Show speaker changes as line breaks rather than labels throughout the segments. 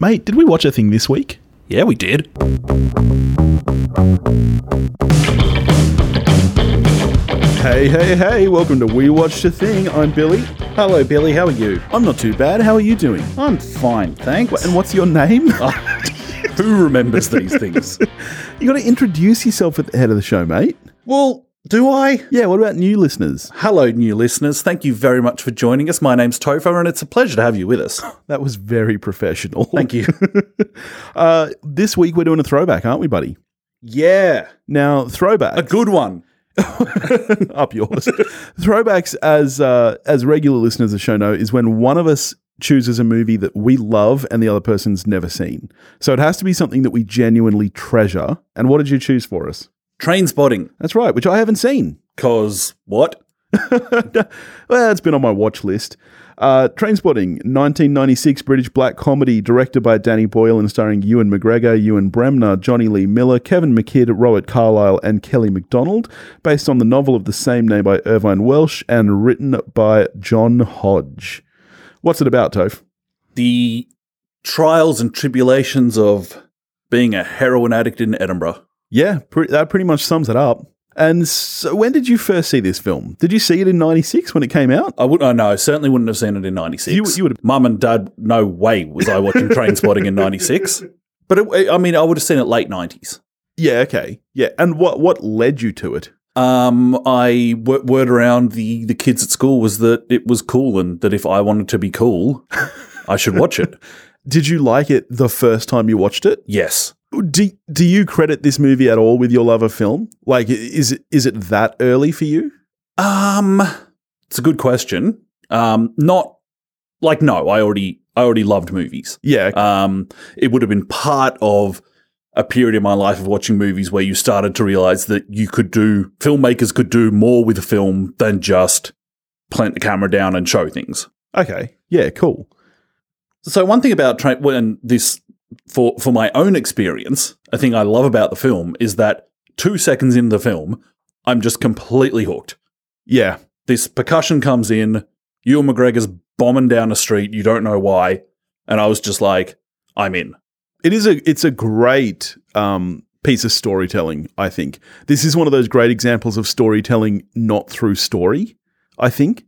Mate, did we watch a thing this week?
Yeah, we did.
Hey, hey, hey, welcome to We Watched a Thing. I'm Billy.
Hello, Billy. How are you?
I'm not too bad. How are you doing?
I'm fine, thanks. Oh,
And what's your name?
Who remembers these things?
you got to introduce yourself at the head of the show, mate.
well, do I?
Yeah, what about new listeners?
Hello, new listeners. Thank you very much for joining us. My name's Topher, and it's a pleasure to have you with us.
That was very professional.
Thank you.
Uh, this week we're doing a throwback, aren't we, buddy?
yeah,
Now, throwback.
a good one.
up yours. Throwbacks, as uh, as regular listeners of the show know, is when one of us chooses a movie that we love and the other person's never seen. So it has to be something that we genuinely treasure. And what did you choose for us?
Train spotting.
That's right, which I haven't seen.
Cause what?
Well, it's been on my watch list. Uh, Trainspotting, 1996 British black comedy, directed by Danny Boyle and starring Ewan McGregor, Ewan Bremner, Johnny Lee Miller, Kevin McKidd, Robert Carlyle, and Kelly MacDonald, based on the novel of the same name by Irvine Welsh and written by John Hodge. What's it about, Toph?
The trials and tribulations of being a heroin addict in Edinburgh.
Yeah, pre- that pretty much sums it up. And so when did you first see this film? Did you see it in 96 when it came out?
I would. I know. Certainly wouldn't have seen it in '96.
You- you would-
Mum and Dad. No way was I watching Train Spotting in '96. But it, I mean, I would have seen it late '90s.
Yeah, okay. Yeah, and what, what led you to it?
Um, I w- word around the the kids at school was that it was cool, and that if I wanted to be cool, I should watch it.
Did you like it the first time you watched it?
Yes.
Do do you credit this movie at all with your love of film? Like, i- is it is it that early for you?
Um, it's a good question. Um, not like no. I already I already loved movies.
Yeah,
Um, it would have been part of a period in my life of watching movies where you started to realize that you could do filmmakers could do more with a film than just plant the camera down and show things.
okay, yeah, cool.
So one thing about tra- when this for for my own experience, a thing I love about the film is that two seconds into the film, I'm just completely hooked.
Yeah,
This percussion comes in, Ewan McGregor's bombing down a street, you don't know why, and I was just like, I'm in.
it is a it's a great um, piece of storytelling. I think this is one of those great examples of storytelling not through story. I think,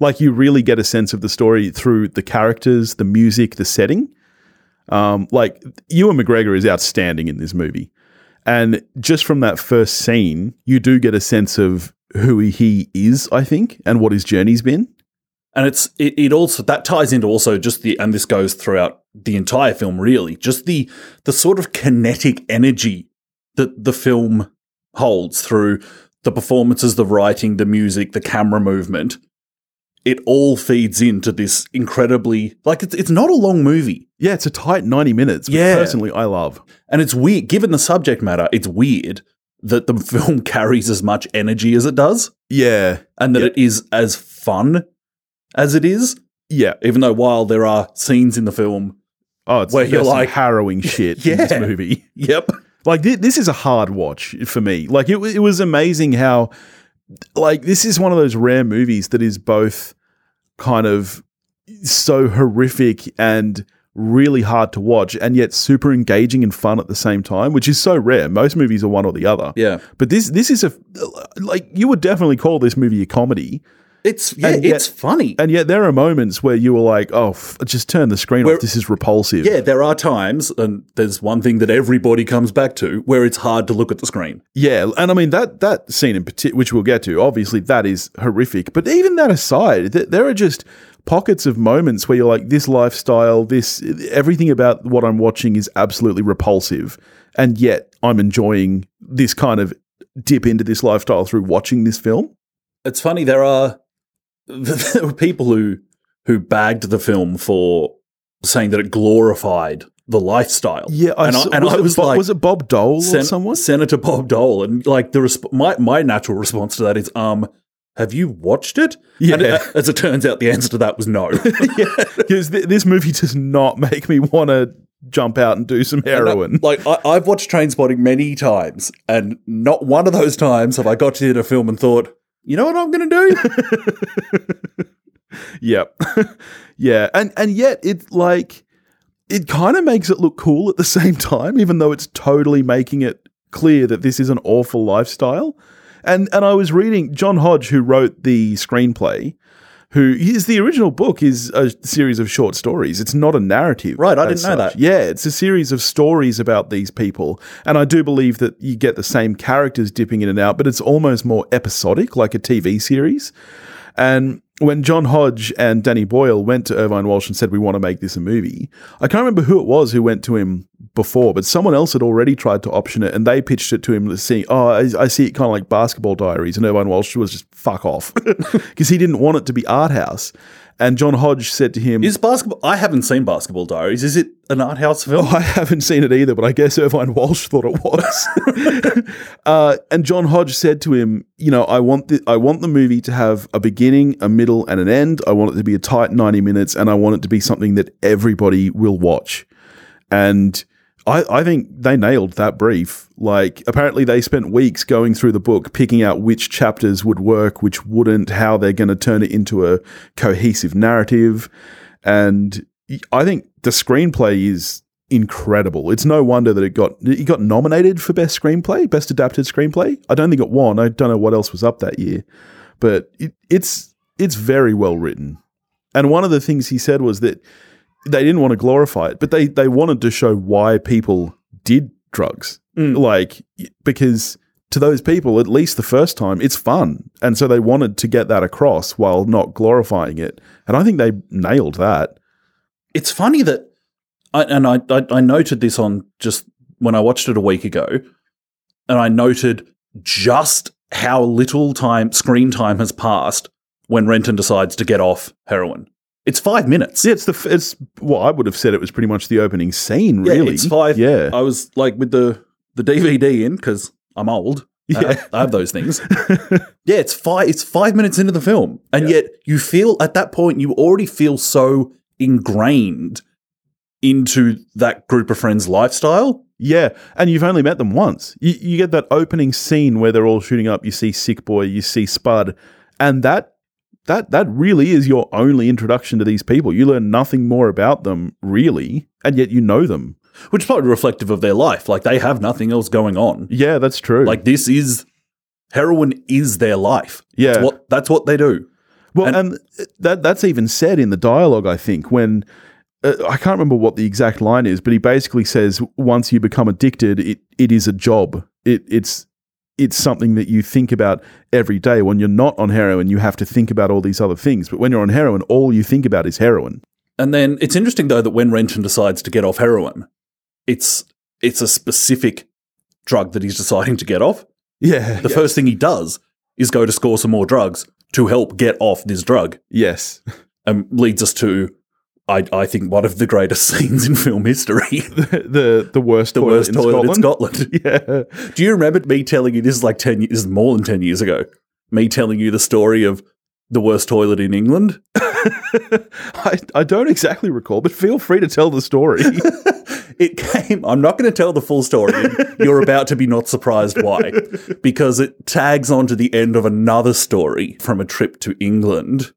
like, you really get a sense of the story through the characters, the music, the setting. Um, like Ewan McGregor is outstanding in this movie. And just from that first scene, you do get a sense of who he is, I think, and what his journey's been.
and it's it, it also that ties into also just the and this goes throughout the entire film really just the the sort of kinetic energy that the film holds through the performances the writing the music the camera movement it all feeds into this incredibly like it's, it's not a long movie
Yeah, it's a tight 90 minutes, which
Yeah.
personally I love.
and it's weird given the subject matter it's weird that the film carries as much energy as it does
Yeah.
and that
Yep.
it is as fun as it is
Yeah.
even though while there are scenes in the film
Oh, it's
Where
where
you're
you're
like-
harrowing shit in
Yeah.
this movie.
yep
Like thi- this is a hard watch for me. Like it, wa- it was amazing how, like this is one of those rare movies that is both kind of so horrific and really hard to watch, and yet super engaging and fun at the same time, which is so rare. Most movies are one or the other.
Yeah.
But this this is a like you would definitely call this movie a comedy,
It's yeah,
And yet-
it's funny.
and yet there are moments where you were like, oh, f- just turn the screen
Where-
off. This is repulsive.
yeah, there are times, and there's one thing that everybody comes back to where it's hard to look at the screen.
Yeah, and I mean that that scene in particular, which we'll get to, obviously that is horrific. But even that aside, th- there are just pockets of moments where you're like, this lifestyle, this everything about what I'm watching is absolutely repulsive, and yet I'm enjoying this kind of dip into this lifestyle through watching this film.
It's funny. There are there were people who who bagged the film for saying that it glorified the lifestyle.
Yeah, I
and I,
saw-
and
was,
I
it,
was
Bo-
like,
was it Bob Dole or
Sen-
someone?
Senator Bob Dole, and like the resp- my my natural response to that is, um, have you watched it? And uh,
Yeah.
as it turns out, the answer to that was no. uh,
yeah, because th- this movie does not make me want to jump out and do some
And that-
heroin.
like I, I've watched Trainspotting many times, and not one of those times have I got to the end of film and thought, you know what I'm going to do?
Yep. yeah. And and yet it like it kind of makes it look cool at the same time, even though it's totally making it clear that this is an awful lifestyle. And and I was reading John Hodge, who wrote the screenplay, who is the original book is a series of short stories. It's not a narrative,
Right, I
as
didn't know that.
yeah, it's a series of stories about these people. And I do believe that you get the same characters dipping in and out, but it's almost more episodic, like a TV series. And when John Hodge and Danny Boyle went to Irvine Walsh and said, We want to make this a movie, I can't remember who it was who went to him before, but someone else had already tried to option it and they pitched it to him, saying, Oh, I, I see it kind of like basketball diaries. And Irvine Walsh was just fuck off because he didn't want it to be art house. And John Hodge said to him,
Is basketball? I haven't seen Basketball Diaries. Is it an art house film?
Oh, I haven't seen it either, but I guess Irvine Walsh thought it was. uh, and John Hodge said to him, "You know, I want the I want the movie to have a beginning, a middle, and an end. I want it to be a tight ninety minutes, and I want it to be something that everybody will watch." And I, I think they nailed that brief. Like, apparently, they spent weeks going through the book, picking out which chapters would work, which wouldn't, how they're going to turn it into a cohesive narrative. And I think the screenplay is incredible. It's no wonder that it got it got nominated for best screenplay, best adapted screenplay. I don't think it won. I don't know what else was up that year, but it, it's it's very well written. And one of the things he said was that they didn't want to glorify it, but they they wanted to show why people did drugs.
Mm.
Like because to those people, at least the first time, it's fun, and so they wanted to get that across while not glorifying it. And I think they nailed that.
it's funny that I, and I, I I noted this on just when I watched it a week ago, and I noted just how little time screen time has passed when Renton decides to get off heroin. It's five minutes.
Yeah, it's the f- it's well, I would have said it was pretty much the opening scene,
Yeah,
really.
it's five-
Yeah,
I was like with the the DVD in because I'm old. I
Yeah.
have- I have those things. yeah, it's five. It's five minutes into the film, and
Yeah.
yet you feel at that point you already feel so ingrained into that group of friends' lifestyle.
yeah. And you've only met them once. You, you get that opening scene where they're all shooting up. You see Sick Boy, you see Spud, and that that that really is your only introduction to these people. You learn nothing more about them really, and yet you know them.
which is probably reflective of their life. Like they have nothing else going on.
Yeah, that's true.
Like this is heroin is their life.
yeah,
That's what that's what they do.
Well, and, uh,
And-
that that's even said in the dialogue. I think when uh, I can't remember what the exact line is, but he basically says, "Once you become addicted, it it is a job. It it's." It's something that you think about every day. When you're not on heroin, you have to think about all these other things. But when you're on heroin, all you think about is heroin.
And then it's interesting though that when Renton decides to get off heroin, it's it's a specific drug that he's deciding to get off.
Yeah.
The first thing he does is go to score some more drugs to help get off this drug.
yes.
And leads us to I, I think one of the greatest scenes in film history.
the, the the worst
The
toilet
worst
in
toilet in
Scotland.
Scotland.
yeah.
Do you remember me telling you this is like ten? ye- This is more than ten years ago. Me telling you the story of the worst toilet in England.
I, I don't exactly recall, but feel free to tell the story.
It came. I'm not going to tell the full story. You're about to be not surprised why, because it tags onto the end of another story from a trip to England,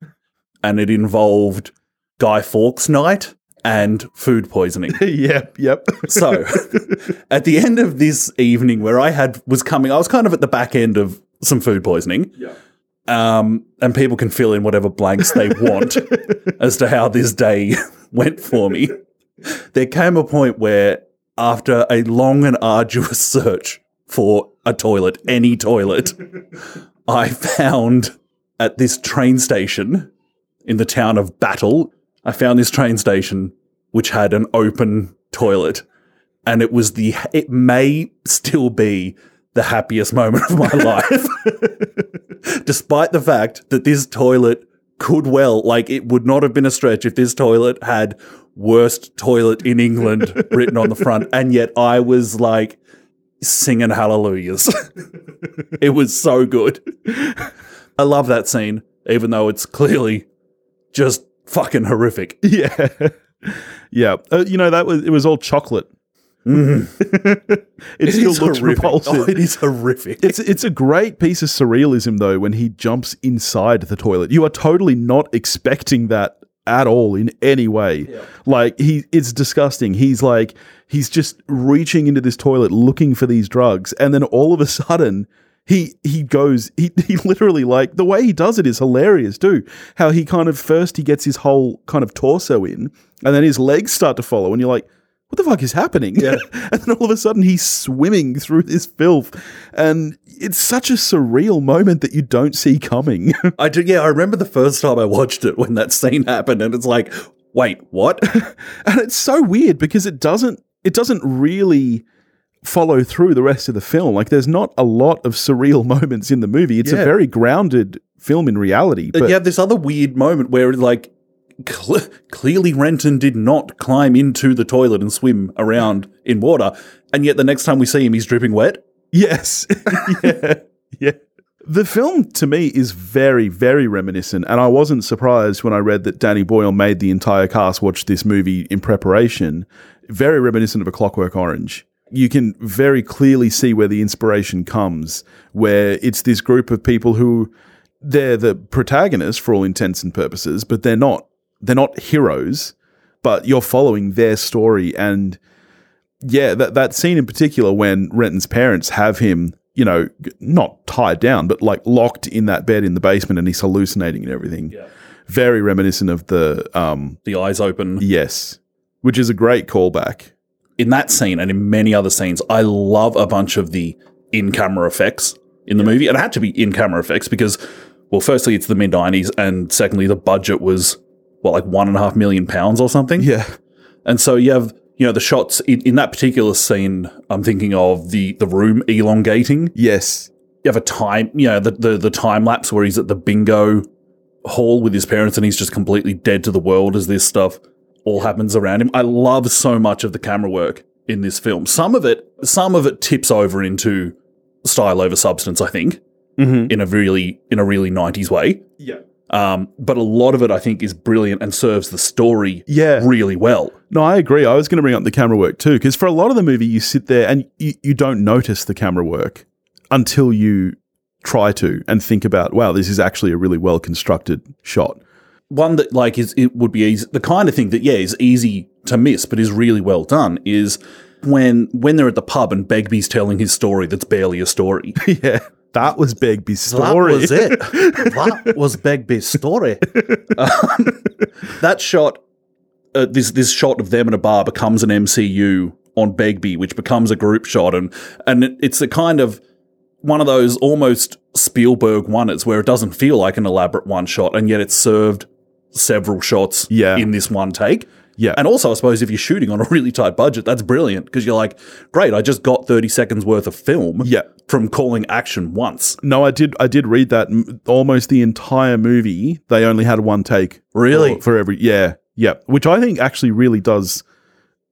and it involved Guy Fawkes night and food poisoning.
yep. Yep.
So, at the end of this evening, where I had was coming, I was kind of at the back end of some food poisoning.
Yeah.
Um, and people can fill in whatever blanks they want as to how this day went for me. There came a point where, after a long and arduous search for a toilet, any toilet, I found at this train station in the town of Battle, I found this train station which had an open toilet. And it was the, it may still be the happiest moment of my life. Despite the fact that this toilet could well, like, it would not have been a stretch if this toilet had worst toilet in England written on the front. And yet I was like singing hallelujahs. it was so good. I love that scene, even though it's clearly just fucking horrific.
Yeah. Yeah. Uh, you know, that was it was all chocolate. it, still
Mm-hmm. is
looks
horrific.
repulsive.
Oh, it is horrific.
it's it's a great piece of surrealism though when he jumps inside the toilet. You are totally not expecting that at all in any way. Like he it's disgusting. He's like he's just reaching into this toilet looking for these drugs and then all of a sudden he he goes he, he literally like the way he does it is hilarious too. How he kind of first he gets his whole kind of torso in and then his legs start to follow and you're like what the fuck is happening?
Yeah.
and then all of a sudden he's swimming through this filth and it's such a surreal moment that you don't see coming.
I do, yeah, I remember the first time I watched it when that scene happened, and it's like, wait, what?
and it's so weird because it doesn't it doesn't really follow through the rest of the film like there's not a lot of surreal moments in the movie it's
Yeah.
a very grounded film in reality but
you have this other weird moment where, like, cl- clearly Renton did not climb into the toilet and swim around in water, and yet the next time we see him, he's dripping wet.
yes yeah yeah the film to me is very very reminiscent and i wasn't surprised when i read that danny boyle made the entire cast watch this movie in preparation very reminiscent of a clockwork orange you can very clearly see where the inspiration comes where it's this group of people who they're the protagonists for all intents and purposes, but they're not they're not heroes, but you're following their story and yeah, that that scene in particular when Renton's parents have him, you know, g- not tied down, but like locked in that bed in the basement and he's hallucinating and everything. Very reminiscent of the um
The eyes open.
yes, which is a great callback.
in that scene and in many other scenes, I love a bunch of the in camera effects in the movie. And it had to be in camera effects because, well, firstly, it's the mid 90s. And secondly, the budget was, what, like one and a half million pounds or something?
Yeah.
And so you have, you know, the shots in, in that particular scene, I'm thinking of the, the room elongating.
Yes.
You have a time, you know, the, the, the time lapse where he's at the bingo hall with his parents and he's just completely dead to the world as this stuff all happens around him. I love so much of the camera work in this film. Some of it, some of it tips over into style over substance, I think,
Mm-hmm.
in a really, in a really 90s way.
Yeah.
Um, but a lot of it, I think, is brilliant and serves the story
Yeah.
really well.
No, I agree. I was going to bring up the camera work too, because for a lot of the movie, you sit there and you, you don't notice the camera work until you try to and think about, wow, this is actually a really well constructed shot.
one that like is it would be easy the kind of thing that yeah is easy to miss but is really well done is when when they're at the pub and Begbie's telling his story that's barely a story.
yeah, that was Begbie's story.
That was it. that was Begbie's story. Um, that shot uh, this this shot of them in a bar becomes an MCU on Begbie which becomes a group shot and and it- it's a kind of one of those almost Spielberg one-its where it doesn't feel like an elaborate one shot and yet it's served several shots
Yeah.
in this one take.
Yeah.
And also, I suppose if you're shooting on a really tight budget, that's brilliant because you're like, great, I just got 30 seconds worth of film
Yeah.
from calling action once.
No, I did. I did read that m- almost the entire movie. They only had one take
Really?
for, for every. Yeah, yeah. Which I think actually really does,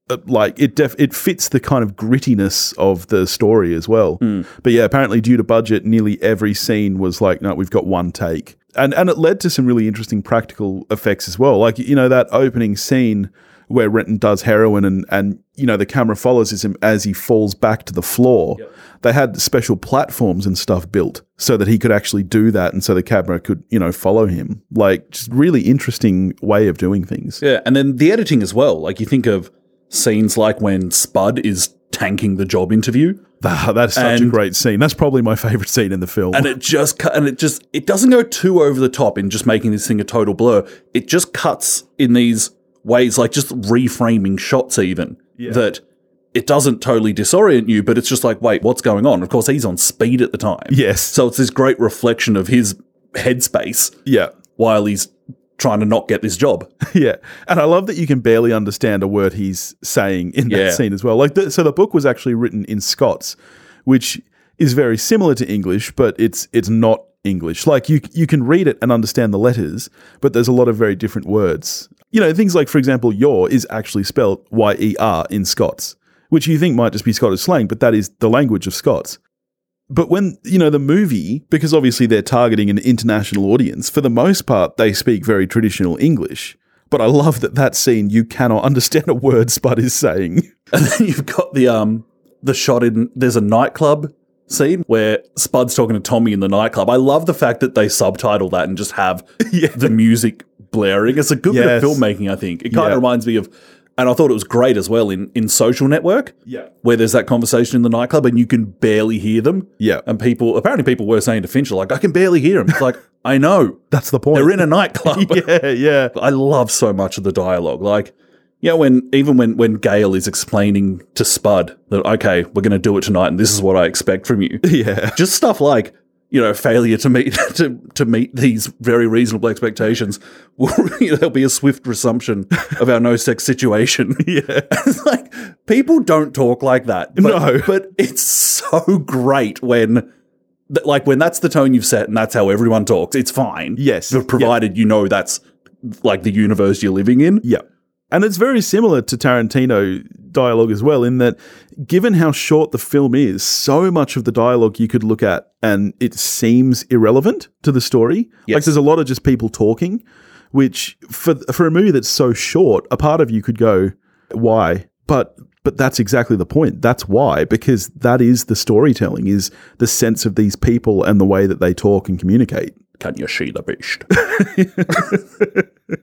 uh, like it. Def- it fits the kind of grittiness of the story as well. But yeah, apparently due to budget, nearly every scene was like, no, we've got one take, and and it led to some really interesting practical effects as well. Like you know that opening scene where Renton does heroin and and you know the camera follows him as he falls back to the floor. They had special platforms and stuff built so that he could actually do that, and so the camera could you know follow him. Like just really interesting way of doing things.
Yeah. And then the editing as well. Like, you think of scenes like when Spud is tanking the job interview
That- that's such a
And-
great scene. That's probably my favorite scene in the film.
and it just cut and it just it doesn't go too over the top in just making this thing a total blur it just cuts in these ways like just reframing shots even that it doesn't totally disorient you but it's just like wait what's going on of course he's on speed at the time
yes.
so it's this great reflection of his headspace
yeah.
while he's trying to not get this job
Yeah, and I love that you can barely understand a word he's saying in that
Yeah.
scene as well. Like, the, so the book was actually written in Scots, which is very similar to English, but it's it's not English. Like you you can read it and understand the letters, but there's a lot of very different words. You know, things like, for example, "your" is actually spelled Y E R in Scots, which you think might just be Scottish slang, but that is the language of Scots. But when, you know, the movie, because obviously they're targeting an international audience, for the most part, they speak very traditional English. But I love that that scene, you cannot understand a word Spud is saying.
and then you've got the um the shot in there's a nightclub scene where Spud's talking to Tommy in the nightclub. I love the fact that they subtitle that and just have
Yeah.
the music blaring. It's a good
Yes.
bit of filmmaking, I think. It kind
Yeah.
of reminds me of, and I thought it was great as well in, in Social Network,
Yeah.
where there's that conversation in the nightclub and you can barely hear them.
Yeah.
And people, apparently, people were saying to Fincher, like, I can barely hear him. It's like, I know.
That's the point.
They're in a nightclub.
yeah, yeah.
I love so much of the dialogue. Like, yeah, when even when when Gail is explaining to Spud that okay, we're going to do it tonight, and this is what I expect from you.
Yeah.
Just stuff like you know failure to meet to to meet these very reasonable expectations. Will, you know, there'll be a swift resumption of our no sex situation.
Yeah.
It's like people don't talk like that. But,
No.
but it's so great when. th- Like when that's the tone you've set and that's how everyone talks, it's fine.
Yes.
But provided you know that's like the universe you're living in.
Yeah. And it's very similar to Tarantino dialogue as well, in that given how short the film is, so much of the dialogue you could look at and it seems irrelevant to the story. Like
Yes.
there's a lot of just people talking, which for for a movie that's so short, a part of you could go, why? But but that's exactly the point. That's why, because that is the storytelling, is the sense of these people and the way that they talk and communicate.
Can you see the beast?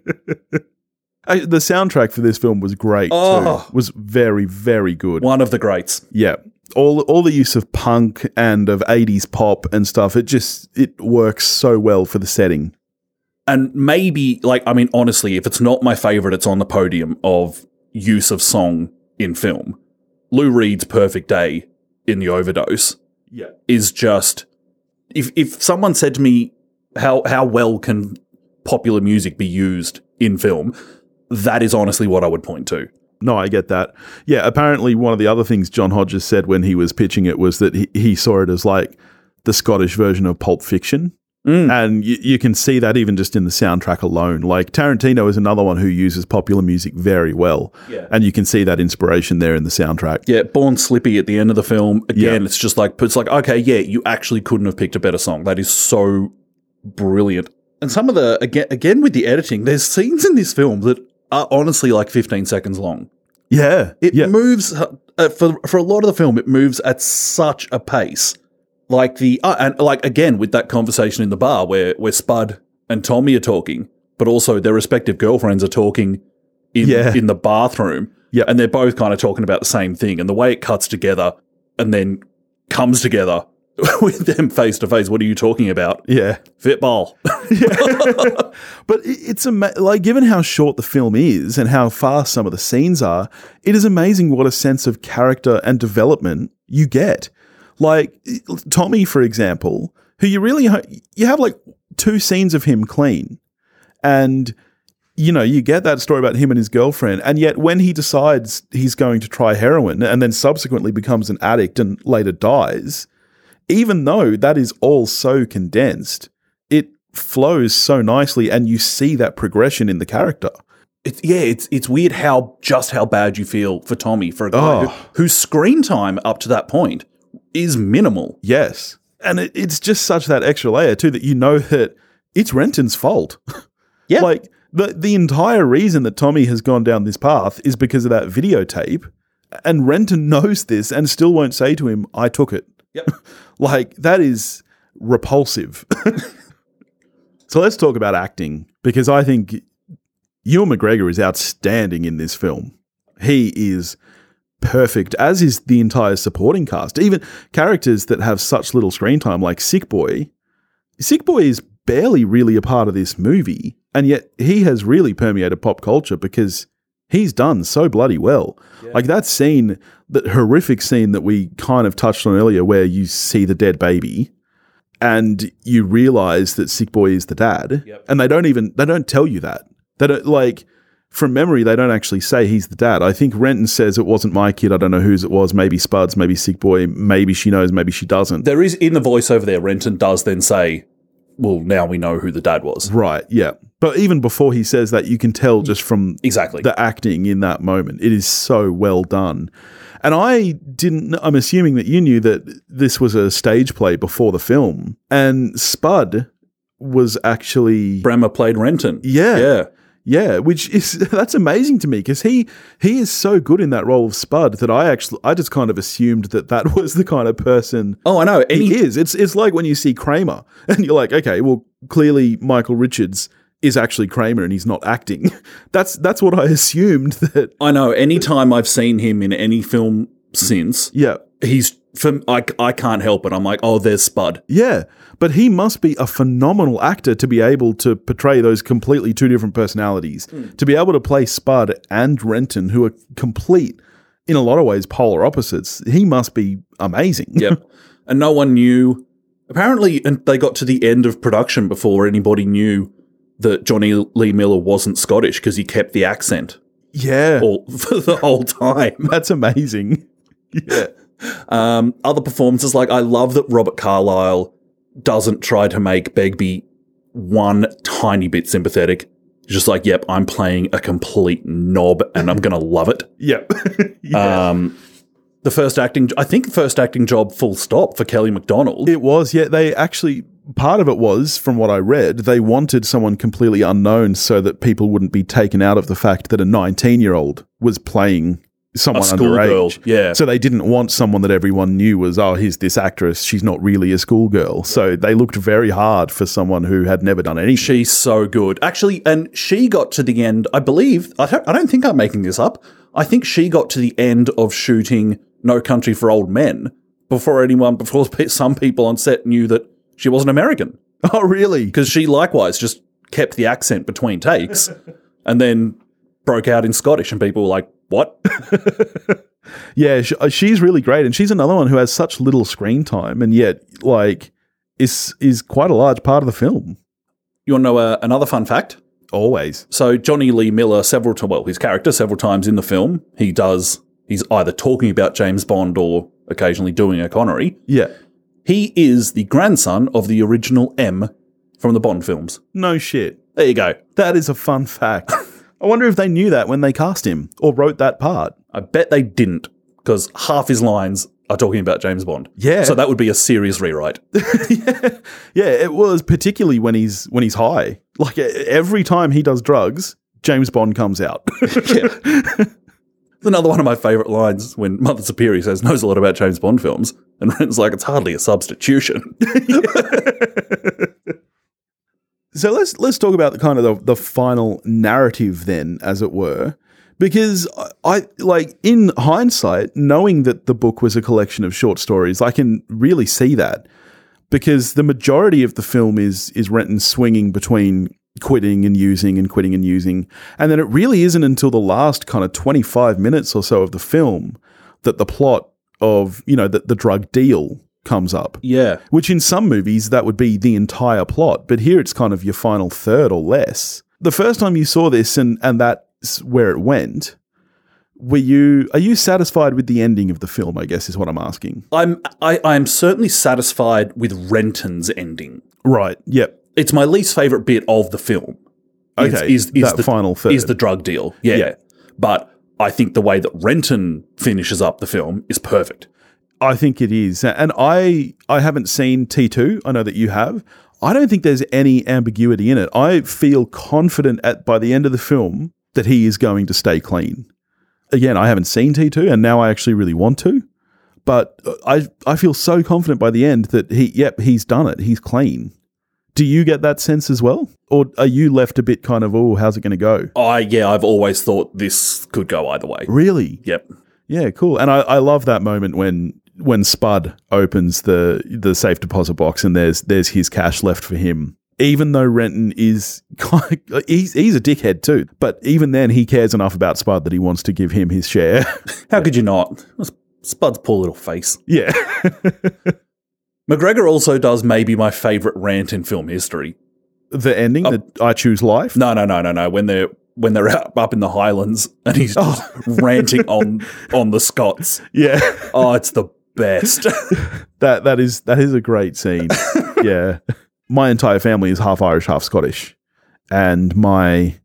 I, the soundtrack for this film was great.
Oh.
too. was very very good.
One of the greats.
Yeah. All all the use of punk and of 80s pop and stuff, it just it works so well for the setting.
And maybe, like, I mean, honestly, if it's not my favorite, it's on the podium of use of song in film. Lou Reed's Perfect Day in The Overdose
Yeah.
is just. If, if someone said to me, how, how well can popular music be used in film? That is honestly what I would point to.
No, I get that. Yeah, apparently one of the other things John Hodges said when he was pitching it was that he, he saw it as like the Scottish version of Pulp Fiction.
Mm.
And you, you can see that even just in the soundtrack alone. Like Tarantino is another one who uses popular music very well.
Yeah.
And you can see that inspiration there in the soundtrack.
Yeah, Born Slippy at the end of the film. Again,
Yeah.
it's just like it's like okay, yeah, you actually couldn't have picked a better song. That is so brilliant. And some of the again again with the editing, there's scenes in this film that are honestly like 15 seconds long.
Yeah.
It
yeah.
moves uh, for for a lot of the film. It moves at such a pace, like the uh, and like again with that conversation in the bar where where Spud and Tommy are talking, but also their respective girlfriends are talking in
Yeah.
in the bathroom.
Yeah.
and they're both kind of talking about the same thing, and the way it cuts together and then comes together with them face to face. What are you talking about?
yeah.
Fitball.
But it- it's ama- like given how short the film is and how fast some of the scenes are, it is amazing what a sense of character and development you get. Like it- Tommy, for example, who you really ho- you have like two scenes of him clean, and you know you get that story about him and his girlfriend, and yet when he decides he's going to try heroin and then subsequently becomes an addict and later dies, even though that is all so condensed, it flows so nicely and you see that progression in the character.
it's yeah, it's it's weird how just how bad you feel for Tommy for a guy
Oh.
who, whose screen time up to that point is minimal.
Yes. And it, it's just such that extra layer too that you know that it's Renton's fault.
Yeah.
like the the entire reason that Tommy has gone down this path is because of that videotape and Renton knows this and still won't say to him I took it.
Yep.
like that is repulsive. so let's talk about acting because I think Ewan McGregor is outstanding in this film. He is perfect, as is the entire supporting cast. Even characters that have such little screen time, like Sick Boy. Sick Boy is barely really a part of this movie, and yet he has really permeated pop culture because he's done so bloody well. Like that scene, that horrific scene that we kind of touched on earlier, where you see the dead baby. And you realize that Sick Boy is the dad,
Yep.
and they don't even they don't tell you that. They don't like from memory, they don't actually say he's the dad. I think Renton says it wasn't my kid. I don't know whose it was. Maybe Spuds, maybe Sick Boy, maybe she knows, maybe she doesn't.
There is in the voiceover there, Renton does then say, Well, now we know who the dad was.
right, yeah. But even before he says that, you can tell just from
Exactly.
the acting in that moment. It is so well done. And I didn't, I'm assuming that you knew that this was a stage play before the film. And Spud was actually.
Bremer played Renton.
Yeah.
Yeah.
Yeah, which is that's amazing to me because he he is so good in that role of Spud that I actually I just kind of assumed that that was the kind of person
Oh, I know. And
he
he,
is. It's it's like when you see Kramer and you're like, okay, well, clearly Michael Richards is actually Kramer and he's not acting. That's that's what I assumed that.
I know. Anytime I've seen him in any film since,
Yeah,
he's from. I, I can't help it. I'm like, oh, there's Spud.
yeah. But he must be a phenomenal actor to be able to portray those completely two different personalities. To be able to play Spud and Renton, who are complete in a lot of ways polar opposites, he must be amazing.
Yep. and no one knew. Apparently, and they got to the end of production before anybody knew that Johnny Lee Miller wasn't Scottish because he kept the accent
yeah.
all for the whole time.
That's amazing. Yeah.
Um, other performances, like I love that Robert Carlyle doesn't try to make Begbie one tiny bit sympathetic. He's Just like, yep, I'm playing a complete knob, and I'm gonna love it.
Yep. yeah.
Um, the first acting, I think, first acting job, full stop, for Kelly MacDonald.
It was, yeah. They actually, part of it was, from what I read, they wanted someone completely unknown so that people wouldn't be taken out of the fact that a 19 year old was playing someone
schoolgirl,
underage.
yeah.
So they didn't want someone that everyone knew was, oh, here's this actress. She's not really a schoolgirl. So they looked very hard for someone who had never done anything.
She's so good, actually. And she got to the end, I believe. I don't, I don't think I'm making this up. I think she got to the end of shooting No Country for Old Men before anyone, before pe- some people on set knew that she wasn't American
Oh, really?
because she likewise just kept the accent between takes, and then broke out in Scottish, and people were like, "What?"
Yeah, sh- uh, she's really great, and she's another one who has such little screen time, and yet like is is quite a large part of the film.
You want to know uh, another fun fact?
Always,
So Johnny Lee Miller, several times, well, his character, several times in the film, he does, he's either talking about James Bond or occasionally doing a Connery.
yeah.
He is the grandson of the original M from the Bond films.
No shit.
There you go.
That is a fun fact. I wonder if they knew that when they cast him or wrote that part.
I bet they didn't because half his lines are talking about James Bond.
Yeah.
So that would be a serious rewrite.
Yeah, it was particularly when he's when he's high. Like e- every time he does drugs, James Bond comes out.
It's Another one of my favorite lines when Mother Superior says, knows a lot about James Bond films. And Ren's like, it's hardly a substitution.
so let's let's talk about the kind of the, the final narrative then as it were because I, I like in hindsight knowing that the book was a collection of short stories i can really see that because the majority of the film is is renton swinging between quitting and using and quitting and using and then it really isn't until the last kind of 25 minutes or so of the film that the plot of you know that the drug deal comes up
yeah.
which in some movies that would be the entire plot, but here it's kind of your final third or less. The first time you saw this and and that's where it went, were you are you satisfied with the ending of the film, I guess is what I'm asking.
I'm I, I'm certainly satisfied with Renton's ending.
Right. Yep.
It's my least favorite bit of the film. Is-
Okay,
is, is,
that
the
final third.
is the drug deal. Yeah.
Yeah.
but I think the way that Renton finishes up the film is perfect.
I think it is. And I I haven't seen T2. I know that you have. I don't think there's any ambiguity in it. I feel confident at by the end of the film that he is going to stay clean. Again, I haven't seen T2 and now I actually really want to. But uh, I I feel so confident by the end that he yep, he's done it. He's clean. Do you get that sense as well? Or are you left a bit kind of, oh, how's it going to go?
I yeah, I've always thought this could go either way.
Really?
Yep.
Yeah, cool. And I, I love that moment when when Spud opens the the safe deposit box and there's there's his cash left for him. Even though Renton is kind of- he's he's a dickhead too, but even then he cares enough about Spud that he wants to give him his share.
How could you not? Spud's poor little face.
yeah.
McGregor also does maybe my favorite rant in film history.
The ending that I choose life.
No, no, no, no, no. When they're when they're out, up in the Highlands and he's just ranting on on the Scots.
Yeah.
Oh, it's the best.
That that is that is a great scene. yeah. My entire family is half Irish, half Scottish. And my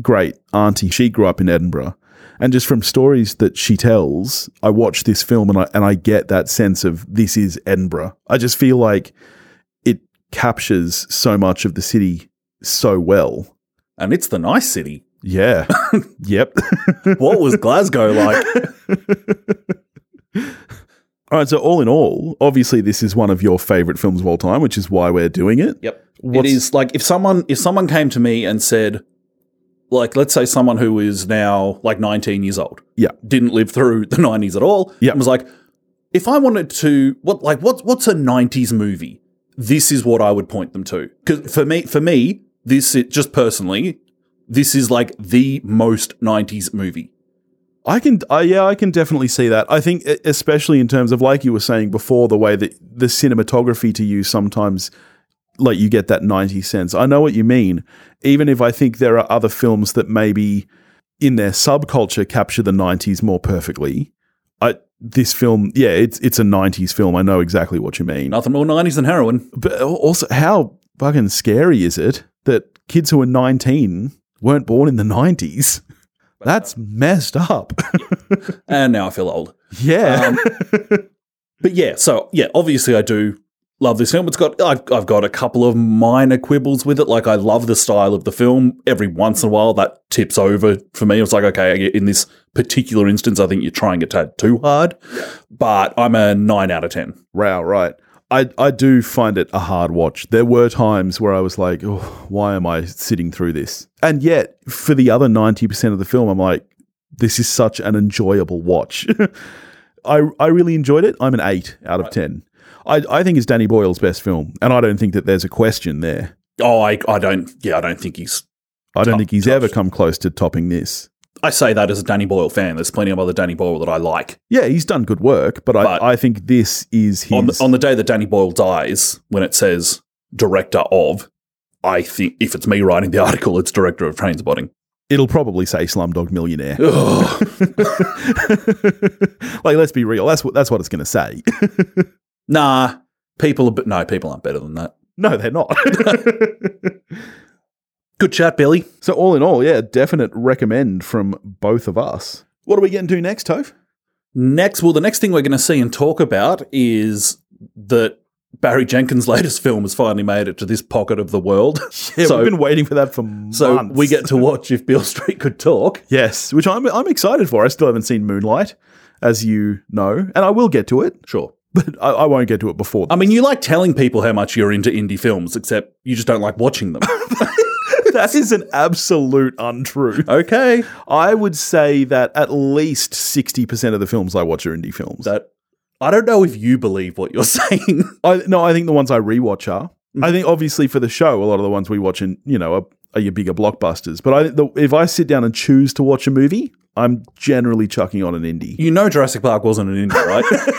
great auntie, she grew up in Edinburgh. And just from stories that she tells, I watch this film and I and I get that sense of this is Edinburgh. I just feel like it captures so much of the city so well.
and it's the nice city.
Yeah. yep.
What was Glasgow like?
All right. So, all in all, obviously, this is one of your favorite films of all time, which is why we're doing it.
Yep.
What's-
it is like if someone if someone came to me and said, like, let's say someone who is now like 19 years old,
Yeah.
didn't live through the 90s at all,
Yeah.
and was like, if I wanted to, what like what what's a 90s movie? This is what I would point them to because for me for me this is, just personally this is like the most 90s movie.
I can, uh, yeah, I can definitely see that. I think, e- especially in terms of, like you were saying before, the way that the cinematography to you sometimes, like you get that 90 cents. I know what you mean. Even if I think there are other films that maybe in their subculture capture the 90s more perfectly, I, this film, yeah, it's, it's a 90s film. I know exactly what you mean.
Nothing more 90s than heroin.
But al- also, how fucking scary is it that kids who are 19 weren't born in the 90s? That's messed up.
And now I feel old.
yeah.
Um, but yeah, so yeah, obviously I do love this film. It's got I've, I've got a couple of minor quibbles with it. Like I love the style of the film. Every once in a while, that tips over for me. It's like okay, in this particular instance, I think you're trying a tad too hard. But I'm a nine out of ten.
Wow, right. I, I do find it a hard watch. There were times where I was like, oh, why am I sitting through this? And yet, for the other 90% of the film, I'm like, this is such an enjoyable watch. I, I really enjoyed it. I'm an 8 out of 10. I, I think it's Danny Boyle's best film. And I don't think that there's a question there.
Oh, I I don't yeah I don't think he's.
I don't
Top-
think he's
tops.
ever come close to topping this.
I say that as a Danny Boyle fan. There's plenty of other Danny Boyle that I like.
Yeah, he's done good work, but,
But-
I, I think this is his.
on the, on the day that Danny Boyle dies, when it says director of, I think if it's me writing the article, it's director of Trainspotting.
it'll probably say Slumdog Millionaire.
Ugh.
like, let's be real. That's what that's what it's going to say.
nah, people are b- no people aren't better than that.
no, they're not.
Good chat, Billy.
so, all in all, yeah, definite recommend from both of us. What are we getting to next, Toph?
Next, well, the next thing we're going to see and talk about is that Barry Jenkins' latest film has finally made it to this pocket of the world.
Yeah,
so
we've been waiting for that for months.
so we get to watch if Bill Street could talk.
yes, which I'm I'm excited for. I still haven't seen Moonlight, as you know, and I will get to it,
Sure.
but I, I won't get to it before.
I mean, you like telling people how much you're into indie films, except you just don't like watching them.
that is an absolute untrue.
okay.
I would say that at least sixty percent of the films I watch are indie films.
that I don't know if you believe what you're saying.
I no, I think the ones I rewatch are. I think obviously for the show, a lot of the ones we watch in you know are, are your bigger blockbusters. But I the, if I sit down and choose to watch a movie, I'm generally chucking on an indie.
You know, Jurassic Park wasn't an indie,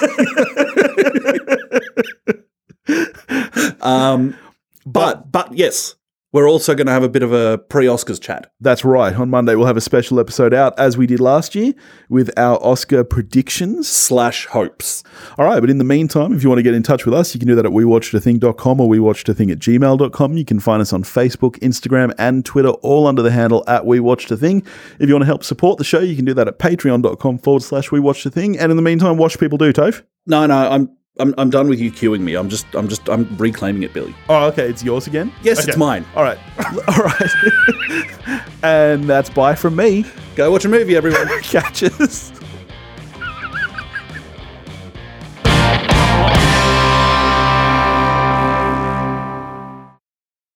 right? um, but but yes, we're also going to have a bit of a pre-Oscars chat.
That's right. On Monday we'll have a special episode out as we did last year with our Oscar predictions.
Slash hopes.
All right, but in the meantime, if you want to get in touch with us, you can do that at wewatchedathing.com or wewatchedathing at gmail.com. You can find us on Facebook, Instagram, and Twitter, all under the handle at wewatchedathing. If you want to help support the show, you can do that at patreon.com forward slash wewatchedathing. And in the meantime, watch people do, Toph.
No, no, I'm I'm I'm done with you queuing me. I'm just I'm just I'm reclaiming it, Billy.
Oh, okay, it's yours again?
Yes,
Okay.
it's mine.
All right. all right. and that's bye from me.
Go watch a movie, everyone.
Catch us.